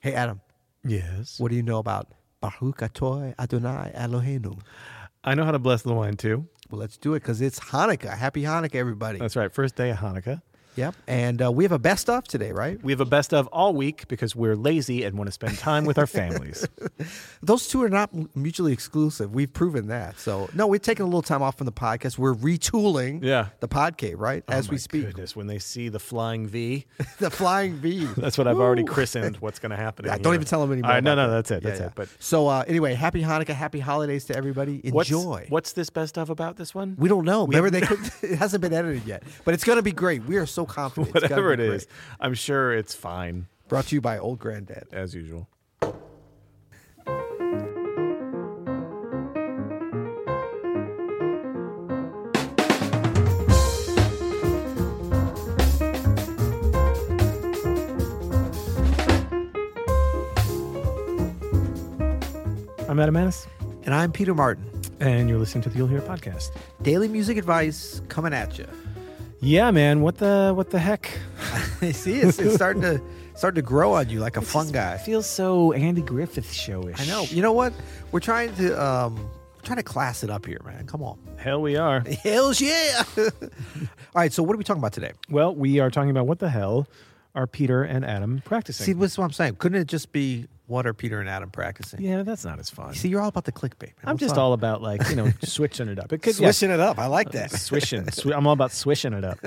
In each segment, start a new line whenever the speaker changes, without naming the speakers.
Hey, Adam,
Yes.
what do you know about Baruch Atoy Adonai Eloheinu?
I know how to bless the wine too.
Well, let's do it because it's Hanukkah. Happy Hanukkah, everybody.
That's right. First day of Hanukkah.
yep. And uh, we have a best of today, right?
We have a best of all week because we're lazy and want to spend time with our families.
Those two are not m- mutually exclusive. We've proven that. So, no, we're taking a little time off from the podcast. We're retooling
Yeah. Oh
the podcast, right? As
My
we speak.
Goodness, when they see the flying V,
the flying V.
that's what I've already christened what's going to happen. in
I don't
here.
even tell them anymore.
All right, no,
about
no,
that.
that's it.
Yeah,
That's
yeah.
it. But
so uh, anyway, happy Hanukkah, happy holidays to everybody.
what's,
Enjoy.
what's this best of about this one?
we don't know. Remember, they could, it hasn't been edited yet, but it's going to be great. We are so confident. It's gonna
Whatever it
be
is,
great.
I'm sure it's fine
Brought to you by Old Granddad.
as usual. I'm Adam Annis,
And I'm Peter Martin.
and you're listening to the You'll Hear podcast.
Daily music advice coming at you.
Yeah, man, what the what the heck?
See, it's, it's starting to starting to grow on you like a fungi.
feels so Andy Griffith showish.
I know. You know what? We're trying to um we're trying to class it up here, man. Come on.
Hell, we are.
Hells yeah. All right, so what are we talking about today?
Well, we are talking about what the hell are Peter and Adam practicing?
See, this is what I'm saying. Couldn't it just be what are Peter and Adam practicing?
yeah, that's not as fun.
See, you're all about the clickbait. Man.
I'm
What's
just
up?
all about like you know switching it up. It could yeah,
swishing it up. I like that.
swishing. Swi- I'm all about swishing it up.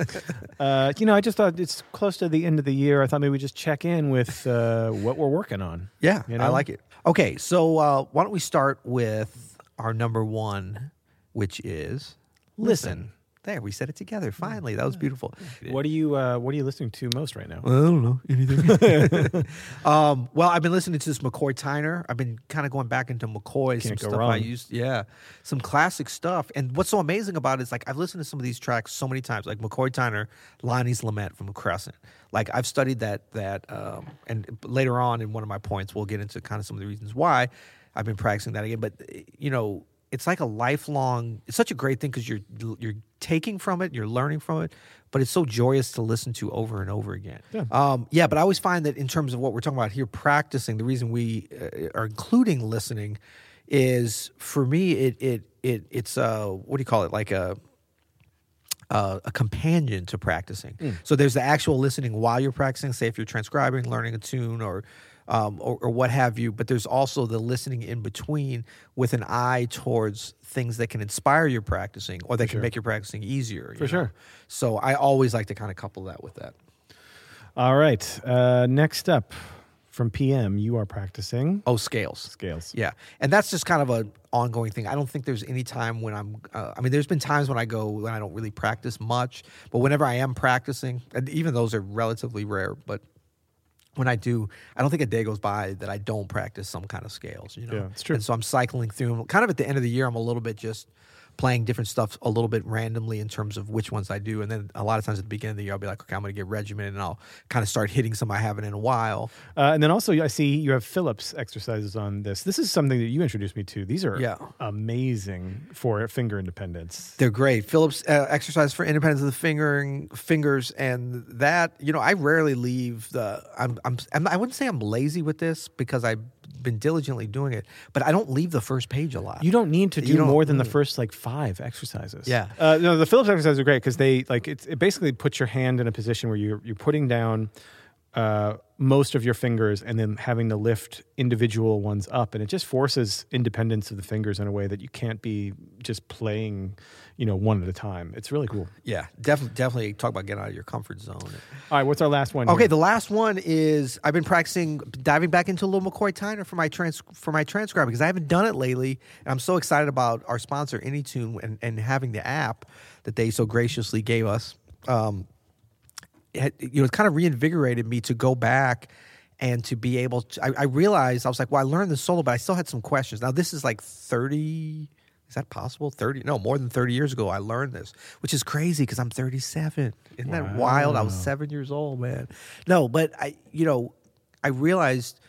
Uh, you know, I just thought it's close to the end of the year. I thought maybe we just check in with uh, what we're working on.
Yeah,
You
I
know?
like it. Okay, so uh, why don't we start with our number one, which is
Listen.
There, we said it together. Finally, that was beautiful.
What are you uh, What are you listening to most right now?
I don't know anything. um, well, I've been listening to this McCoy Tyner. I've been kind of going back into McCoy, some
Can't go
stuff I
wrong.
used. Yeah, some classic stuff. And what's so amazing about it is like I've listened to some of these tracks so many times, like McCoy Tyner, Lonnie's Lament from Crescent. Like I've studied that that, um, and later on in one of my points, we'll get into kind of some of the reasons why I've been practicing that again. But you know, it's like a lifelong it's such a great thing because you're you're taking from it you're learning from it but it's so joyous to listen to over and over again yeah, um, yeah but i always find that in terms of what we're talking about here practicing the reason we uh, are including listening is for me it it it it's uh what do you call it like a uh, a companion to practicing. So there's the actual listening while you're practicing, say if you're transcribing, learning a tune, or, um, or or what have you. But there's also the listening in between with an eye towards things that can inspire your practicing or that can make your practicing easier. For
sure.
So I always like to kind of couple that with that.
All right. Uh, next up from PM, you are practicing
Oh, scales.
scales.
Yeah, and that's just kind of an ongoing thing. I don't think there's any time when I'm. Uh, I mean, there's been times when I go when I don't really practice much, but whenever I am practicing, and even those are relatively rare, but when I do, I don't think a day goes by that I don't practice some kind of scales. You know,
Yeah, it's true.
And so I'm cycling through. 'em. Kind of at the end of the year, I'm a little bit just playing different stuff a little bit randomly in terms of which ones I do. And then a lot of times at the beginning of the year, I'll be like, okay, I'm going to get regimented, and I'll kind of start hitting some I haven't in a while.
Uh, and then also, I see you have Phillips exercises on this. This is something that you introduced me to. These are
Yeah.
amazing for finger independence.
They're great. Phillips uh, exercise for independence of the fingering fingers, and that you know I rarely leave the. I'm, I'm I'm I wouldn't say I'm lazy with this because I've been diligently doing it, but I don't leave the first page a lot.
You don't need to
You
do
don't-
more than the first like five exercises.
Yeah.
Uh, no, the Phillips exercises are great because they like it's, it basically puts your hand in a position where you're you're putting down uh, most of your fingers and then having to lift individual ones up, and it just forces independence of the fingers in a way that you can't be just playing, you know, one at a time. It's really cool.
yeah, definitely definitely talk about getting out of your comfort zone.
All right, what's our last one?
Okay,
here?
the last one is I've been practicing diving back into a little McCoy Tyner for my trans for my transcribe because I haven't done it lately, and I'm so excited about our sponsor AnyTune and, and having the app that they so graciously gave us. Um, it, you know, it kind of reinvigorated me to go back and to be able to. I, I realized I was like, well, I learned the solo, but I still had some questions. Now this is like thirty. Is that possible? Thirty? No, more than thirty years ago, I learned this, which is crazy because I'm thirty-seven. Isn't that wild? I was seven years old, man. No, but I, you know, I realized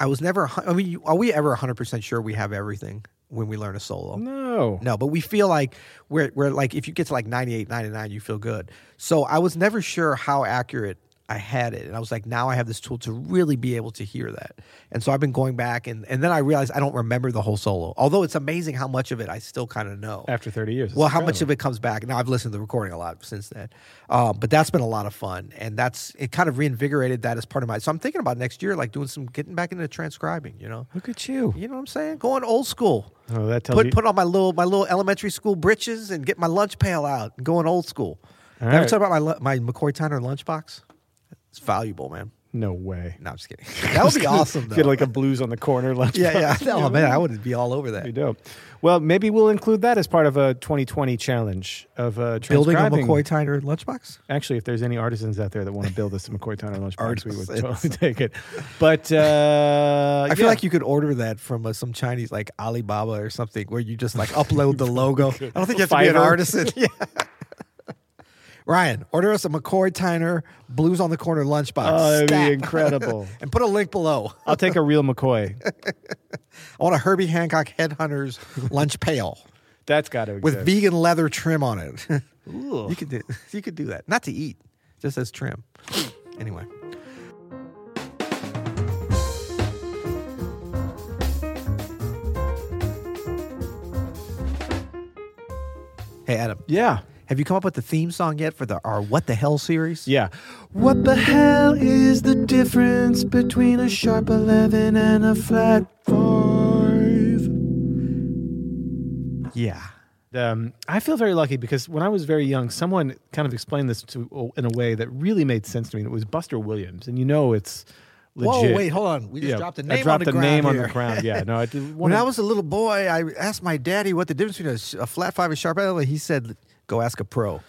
I was never. a hun- I mean, you- are we ever hundred percent sure we have everything when we learn a solo?
No.
No, but we feel like we're, we're like, if you get to like 98, 99, you feel good. So I was never sure how accurate I had it. And I was like, now I have this tool to really be able to hear that. And so I've been going back and, and then I realized I don't remember the whole solo. Although it's amazing how much of it I still kind of know.
after 30 years. It's
Well, how much
incredible.
of it comes back? Now I've listened to the recording a lot since then, um, but that's been a lot of fun, and that's it. Kind of reinvigorated that as part of my. So I'm thinking about next year, like doing some getting back into transcribing. You know,
Look at you.
you know what I'm saying? Going old school.
Oh, that tells
Put
you.
put on my little my little elementary school britches and get my lunch pail out. and Going old school.
All
Ever
right.
talk about my lu- my McCoy Tyner lunchbox? It's valuable, man.
no way.
No, I'm just kidding. That would be awesome, though.
Get like a blues on the corner lunch.
yeah, yeah. Oh man, I would be all over
Pretty
that.
dope. Well, maybe we'll include that as part of a 2020 challenge of uh,
Building a
transcribing-
McCoy Tyner lunchbox.
Actually, if there's any artisans out there that want to build this McCoy Tyner lunchbox, we would
Artisans.
totally take it. But uh,
I feel
yeah.
like you could order that from uh, some Chinese like Alibaba or something, where you just like upload the logo. I don't think you have to be an
Fiverr.
artisan. yeah. Ryan, order us a McCoy Tyner Blues on the Corner lunchbox,
Oh, that'd
Stat.
be incredible.
and put a link below.
I'll take a real McCoy.
I want a Herbie Hancock Headhunters lunch pail
That's got to exist.
with vegan leather trim on it. You could do you could do that, not to eat, just as trim. Anyway. Hey Adam,
yeah,
have you come up with the theme song yet for the our What the Hell series?
yeah. What the hell is the difference between a sharp eleven and a flat five?
Yeah.
um, I feel very lucky because when I was very young, someone kind of explained this to oh, in a way that really made sense to me. And it was Buster Williams, and you know it's legit.
Whoa, wait, hold on. We just
Yeah,
dropped a
I
name
dropped
on the
a
ground
name on
here.
the ground. Yeah, no, I did.
When I was a little boy, I asked my daddy what the difference between a, sh- a flat five and sharp eleven. He said, "Go ask a pro."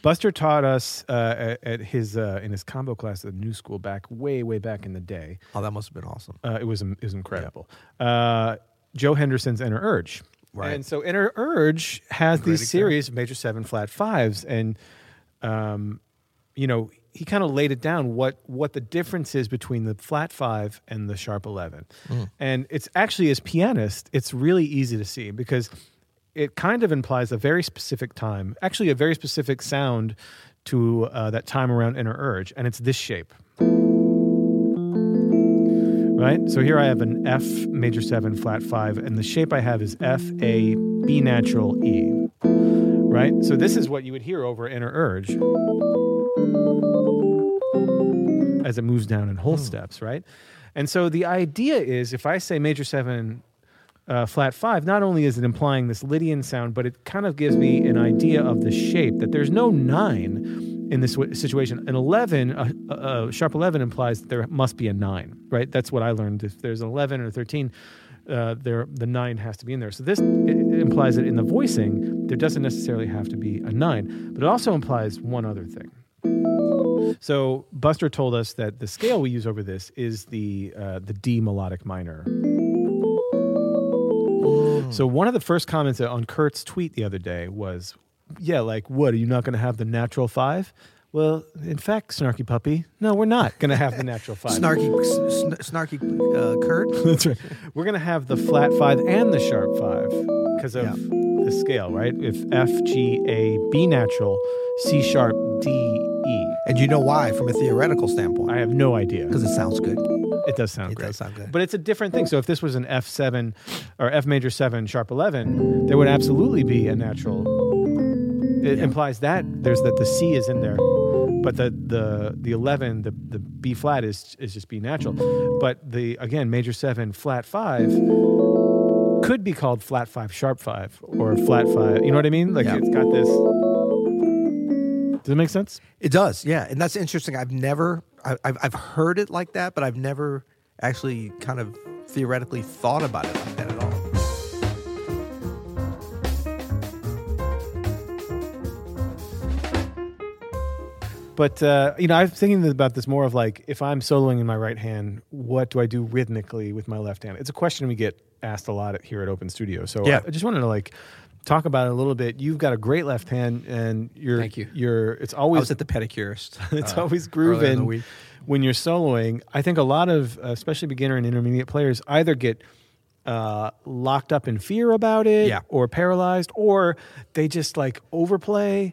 Buster taught us uh, at, at his uh, in his combo class at the New School back way way back in the day.
Oh, that must have been awesome.
Uh, it was it was incredible. Uh, Joe Henderson's Inner Urge,
Right.
And so Inner Urge has
example.
these series of major seven flat fives, and um, you know he kind of laid it down what what the difference is between the flat five and the sharp eleven, and it's actually as pianist it's really easy to see because it kind of implies a very specific time, actually a very specific sound to uh, that time around Inner Urge, and it's this shape right? So here I have an F major seven flat five, and the shape I have is F A B natural E, right? So this is what you would hear over inner urge as it moves down in whole steps, right? And so the idea is if I say major seven. Uh, flat five, not only is it implying this Lydian sound, but it kind of gives me an idea of the shape that there's no nine in this w- situation. An 11, a, a- a sharp 11 implies that there must be a nine, right? That's what I learned. If there's an 11 or 13, uh, there the nine has to be in there. So this i- i- implies that in the voicing, there doesn't necessarily have to be a nine, but it also implies one other thing. So Buster told us that the scale we use over this is the uh, the D melodic minor.
Hmm.
So one of the first comments on Kurt's tweet the other day was, "Yeah, like what? Are you not going to have the natural five? Well, in fact, Snarky Puppy, no, we're not going to have the natural five.
Snarky, sn- snarky, uh, Kurt.
That's right. We're going to have the flat five and the sharp five because of
Yeah.
the scale, right? If F, G, A, B natural, C sharp, D, E.
And you know why, from a theoretical
I
standpoint,
have no idea.
because it sounds good.
It does sound
It
great.
does sound good.
But it's a different thing. So if this was an F7 or F major 7 sharp 11, there would absolutely be a natural. It implies that there's that the C is in there, but the the the 11, the the B flat is is just B natural. But the again major 7 flat 5 could be called flat 5 sharp 5 or flat 5. You know what I mean? Like
Yeah.
it's got this Does it make sense?
It does, yeah. And that's interesting. I've never, I, I've, I've heard it like that, but I've never actually kind of theoretically thought about it like that at all.
But uh, you know, I'm thinking about this more of like if I'm soloing in my right hand, what do I do rhythmically with my left hand? It's a question we get asked a lot at, here at Open Studio. So
Yeah.
I, I just wanted to like talk about it a little bit. You've got a great left hand, and you're
Thank you.
are it's
I
always
was at the pedicurist.
it's
uh,
always
earlier in the
grooving
week.
when you're soloing. I think a lot of uh, especially beginner and intermediate players either get uh, locked up in fear about it,
Yeah.
or paralyzed, or they just like overplay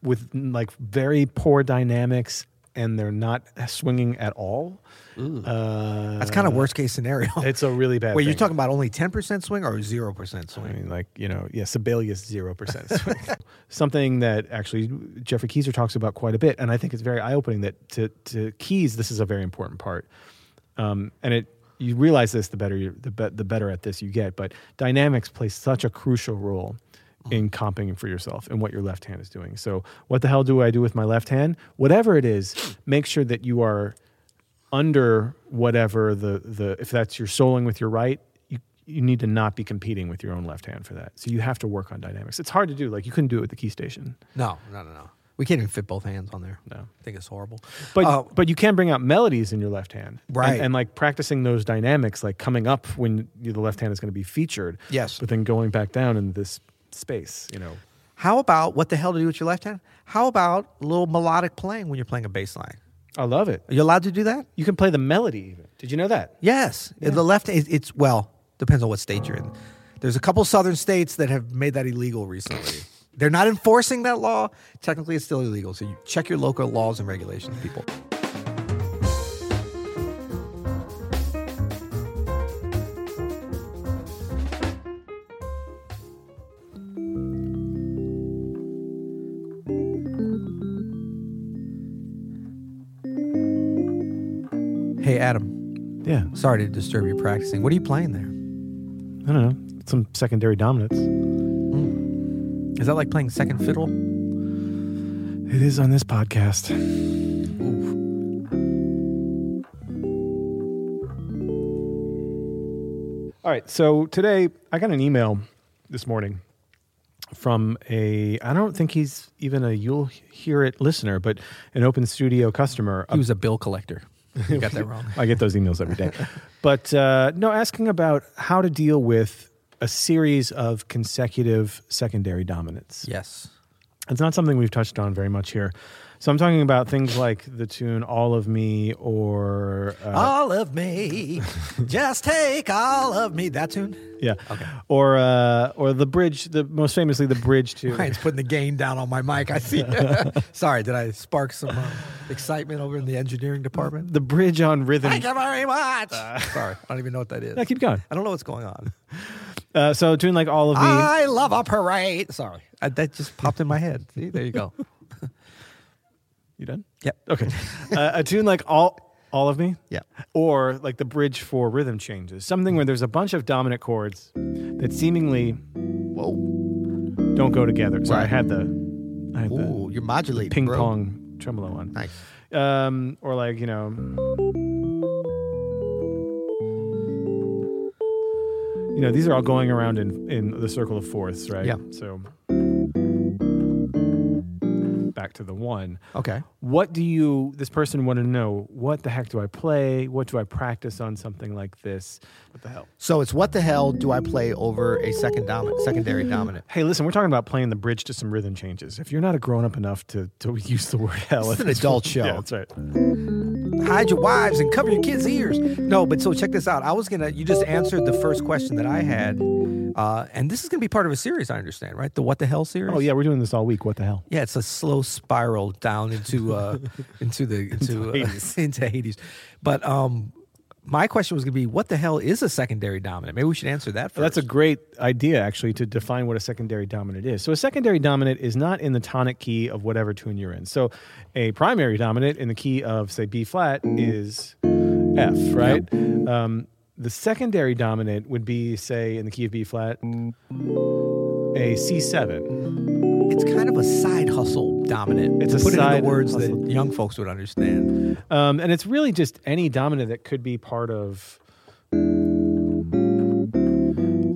with like very poor dynamics. and they're not swinging at all. Uh,
That's kind of worst case scenario.
it's a really bad.
Wait,
thing.
you're talking about only 10% swing or 0%
I
swing?
mean, like you know, yeah, Sibelius zero percent. Something that actually Jeffrey Keyser talks about quite a bit, and I think it's very eye opening that to to Keys this is a very important part. Um, and it you realize this the better you the, be, the better at this you get. But dynamics plays such a crucial role in comping for yourself and what your left hand is doing. So what the hell do I do with my left hand? Whatever it is, make sure that you are under whatever the the if that's your soloing with your right you you need to not be competing with your own left hand for that so you have to work on dynamics it's hard to do like you couldn't do it with the key station
No, no, no, no. We can't even fit both hands on there.
No.
I think it's horrible.
but
Uh,
but you can bring out melodies in your left hand And-
Right.
and, like practicing those dynamics like coming up when you, the left hand is going to be featured
Yes.
but then going back down in this space you know
how about what the hell to do with your left hand? How about a little melodic playing when you're playing a bass line?
i love it
Are you allowed to do that?
you can play the melody even did you know that
Yes. In The left, it- it's, well, depends on what state you're in. There's a couple southern states that have made that illegal recently. They're not enforcing that law. Technically, it's still illegal. So you check your local laws and regulations, people. Hey, Adam.
yeah
Sorry to disturb you practicing. What are you playing there?
i don't know some secondary dominance
Is that like playing second fiddle?
it is on this podcast All right. So today I got an email this morning from a I don't think he's even a you'll hear it listener, but an open studio customer.
He was a bill collector. You got that wrong.
I get those emails every day. but uh, no, asking about how to deal with a series of consecutive secondary dominance.
Yes.
It's not something we've touched on very much here. So I'm talking about things like the tune All of Me or uh,
All of me. Just take all of me. That tune?
yeah. Or uh, or the bridge, the most famously the bridge to
Ryan's putting the gain down on my mic. I see. Sorry, did I spark some uh, excitement over in the engineering department?
the bridge on rhythm.
Thank you very much. Sorry, I don't even know what that is.
No, keep going.
I don't know what's going on.
Uh, so doing like all of me.
I love a parade. Sorry, I, that just popped in my head. See, there you go.
you done?
Yep.
Okay. uh, a tune like all all of me.
Yeah.
Or like the bridge for rhythm changes. Something where there's a bunch of dominant chords that seemingly
Whoa.
don't go together. So I
Right.
had the I had the
Ooh, you're modulating.
ping
bro.
pong tremolo on.
Nice.
Um, or like you know. You know, these are all going around in, in the circle of fourths, right?
Yeah.
So back to the one.
Okay.
what do you this person want to know what the heck do i play what do i practice on something like this what the hell
So it's what the hell do I play over a second dominant, secondary dominant?
hey listen we're talking about playing the bridge to some rhythm changes if you're not a grown up enough to, to use the word hell
It's an adult show.
yeah, that's right
Hide your wives and cover your kids' ears. No, but so check this out. I was gonna. You just answered the first question that I had, uh, and this is gonna be part of a series. I understand, right? The what the hell series.
oh yeah we're doing this all week what the hell
Yeah, it's a slow spiral down into uh, into the into into Hades. Uh, into Hades. But um, my question was gonna be, what the hell is a secondary dominant? Maybe we should answer that first.
That's a great idea, actually, to define what a secondary dominant is. So, a secondary dominant is not in the tonic key of whatever tune you're in. So, a primary dominant in the key of, say, B flat is F, right? Um, the secondary dominant would be, say, in the key of B flat, a C7.
it's kind of a side hustle dominant.
It's a
Put it
side
in the words
hustle.
that young folks would understand.
Um, and it's really just any dominant that could be part of.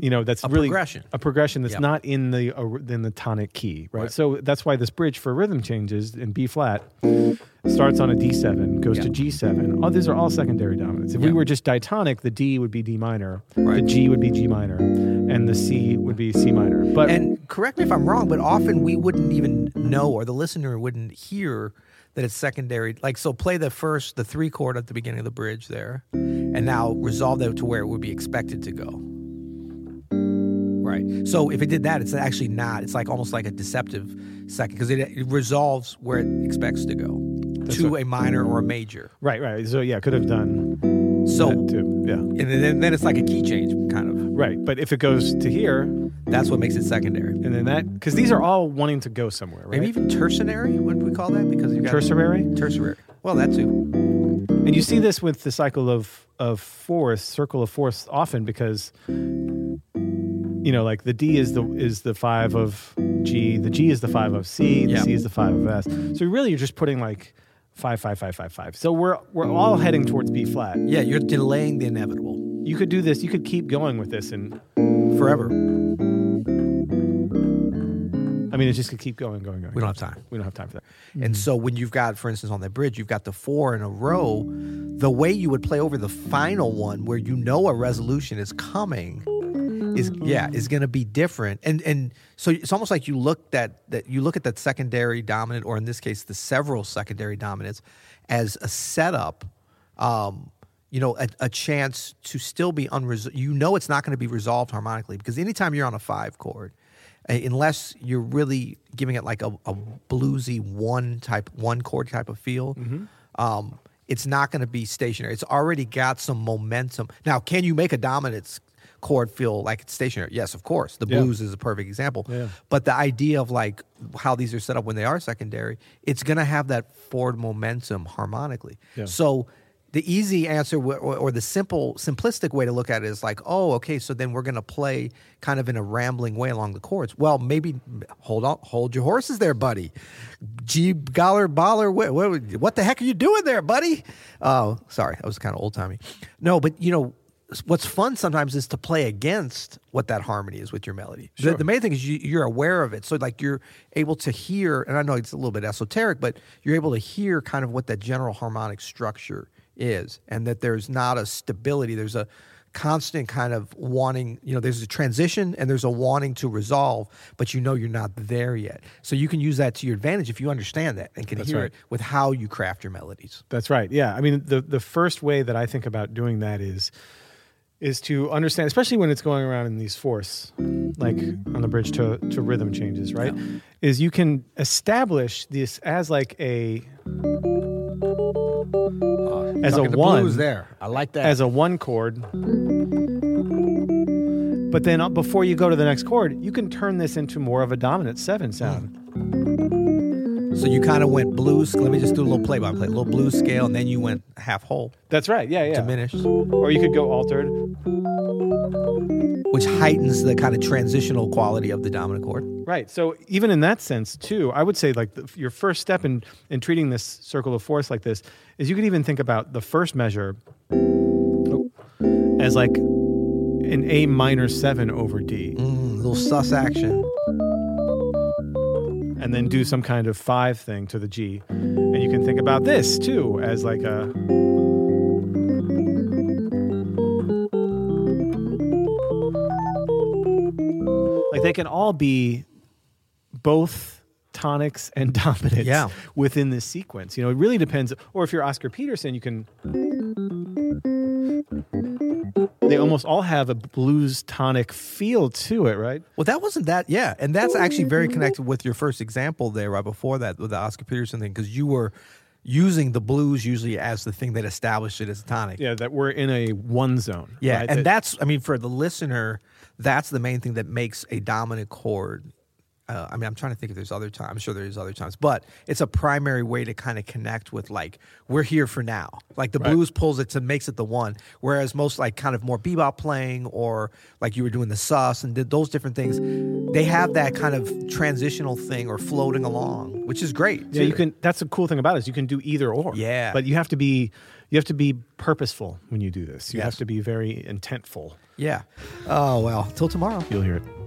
You know that's really
progression.
a progression that's
Yep.
not in the or- in the tonic key, right? So that's why this bridge for rhythm changes in B flat starts on a D7, goes to
Yeah.
G7. Oh, these are all secondary dominants. If we
Yeah.
were just ditonic, the D would be D minor, the
Right.
G would be G minor, and the C would be C minor. But
And correct me if I'm wrong, but often we wouldn't even know, or the listener wouldn't hear that it's secondary. Like, so play the first, the three chord at the beginning of the bridge there, and now resolve that to where it would be expected to go. Right. So if it did that, it's actually not. It's like almost like a deceptive second because it, it resolves where it expects to go. to a minor or a major.
Right, right. So yeah, could have done
So
that too. Yeah,
and then, then it's like a key change kind of.
right. But if it goes to here, and
That's what makes it secondary.
then that, because these are all wanting to go somewhere, right?
Maybe even tertiary. What do we call that? Because you got
Tertiary.
tertiary. Well, that too.
And you see this with the cycle of of fourths, circle of fourths, often because you know, like the D is the is the five of G, the G is the five of C, the
Yeah.
C is the five of S. So really, you're just putting like five, five, five, five, five. So we're we're all heading towards B flat.
Yeah, you're delaying the inevitable
You could do this. You could keep going with this, and
forever.
I mean, it just could keep going, going, going.
We don't have time.
we don't have time for that.
And so when you've got, for instance, on that bridge, you've got the four in a row. The way you would play over the final one, where you know a resolution is coming, is yeah, is going to be different. And and so it's almost like you look that that you look at that secondary dominant, or in this case, the several secondary dominants, as a setup. Um, you know, a, a chance to still be unresolved. You know, it's not going to be resolved harmonically because anytime you're on a five chord, a- Uh, unless you're really giving it like a, a bluesy one type one chord type of feel
Mm-hmm.
um, it's not going to be stationary it's already got some momentum now can you make a dominance chord feel like it's stationary yes of course the
Yeah.
blues is a perfect example
Yeah.
but the idea of like how these are set up when they are secondary it's going to have that forward momentum harmonically
Yeah.
so the easy answer w- or or the simple, simplistic way to look at it is like, oh, okay, so then we're going to play kind of in a rambling way along the chords. Well, maybe hold on, hold your horses there, buddy. G goller baller, what, what, what the heck are you doing there, buddy? Oh, sorry, that was kind of old timey. No, but you know what's fun sometimes is to play against what that harmony is with your melody. The- the main thing is you, you're aware of it, so like you're able to hear. And I know it's a little bit esoteric, but you're able to hear kind of what that general harmonic structure is, and that there's not a stability. There's a constant kind of wanting. You know, there's a transition and there's a wanting to resolve, but you know you're not there yet. So you can use that to your advantage if you understand that and can hear
right.
it with how you craft your melodies.
That's right. Yeah. I mean, the the first way that I think about doing that is is to understand, especially when it's going around in these fourths, like on the bridge to to rhythm changes, right? Is you can establish this as like a as a
Talking Uh, the
one
blues there. I like that.
as a one chord. But then uh, before you go to the next chord, you can turn this into more of a dominant seven sound.
Hmm.
So you kind of went blues. Let me just do a little play by play, a little blues scale, and then you went half whole,
That's right. Yeah, yeah.
diminished,
Or you could go altered.
which heightens the kind of transitional quality of the dominant chord.
Right. So even in that sense, too, I would say like the, your first step in in treating this circle of force like this is you could even think about the first measure as like an A minor seven over D,
Mm, little sus action.
and then do some kind of five thing to the G, and you can think about this too as like a like they can all be both tonics and dominants
Yeah.
within this sequence. You know, it really depends. Or if you're Oscar Peterson, you can. They almost all have a blues tonic feel to it, right?
Well, that wasn't that, yeah, and that's actually very connected with your first example there, right before that, with the Oscar Peterson thing, because you were using the blues usually as the thing that established it as a tonic.
Yeah, that we're in a one zone.
Yeah,
right?
and
That-
that's I mean for the listener, that's the main thing that makes a dominant chord. Uh, I mean, I'm trying to think if there's other times. I'm sure there's other times, but it's a primary way to kind of connect with like we're here for now. Like the blues pulls it to makes it the one, whereas most like kind of more bebop playing or like you were doing the sus and did those different things, they have that kind of transitional thing or floating along, which is great.
Yeah, you
too.
can. That's the cool thing about it is you can do either or.
Yeah.
but you have to be you have to be purposeful when you do this. You
Yes.
have to be very intentful.
Yeah. Oh well. Till tomorrow.
You'll hear it.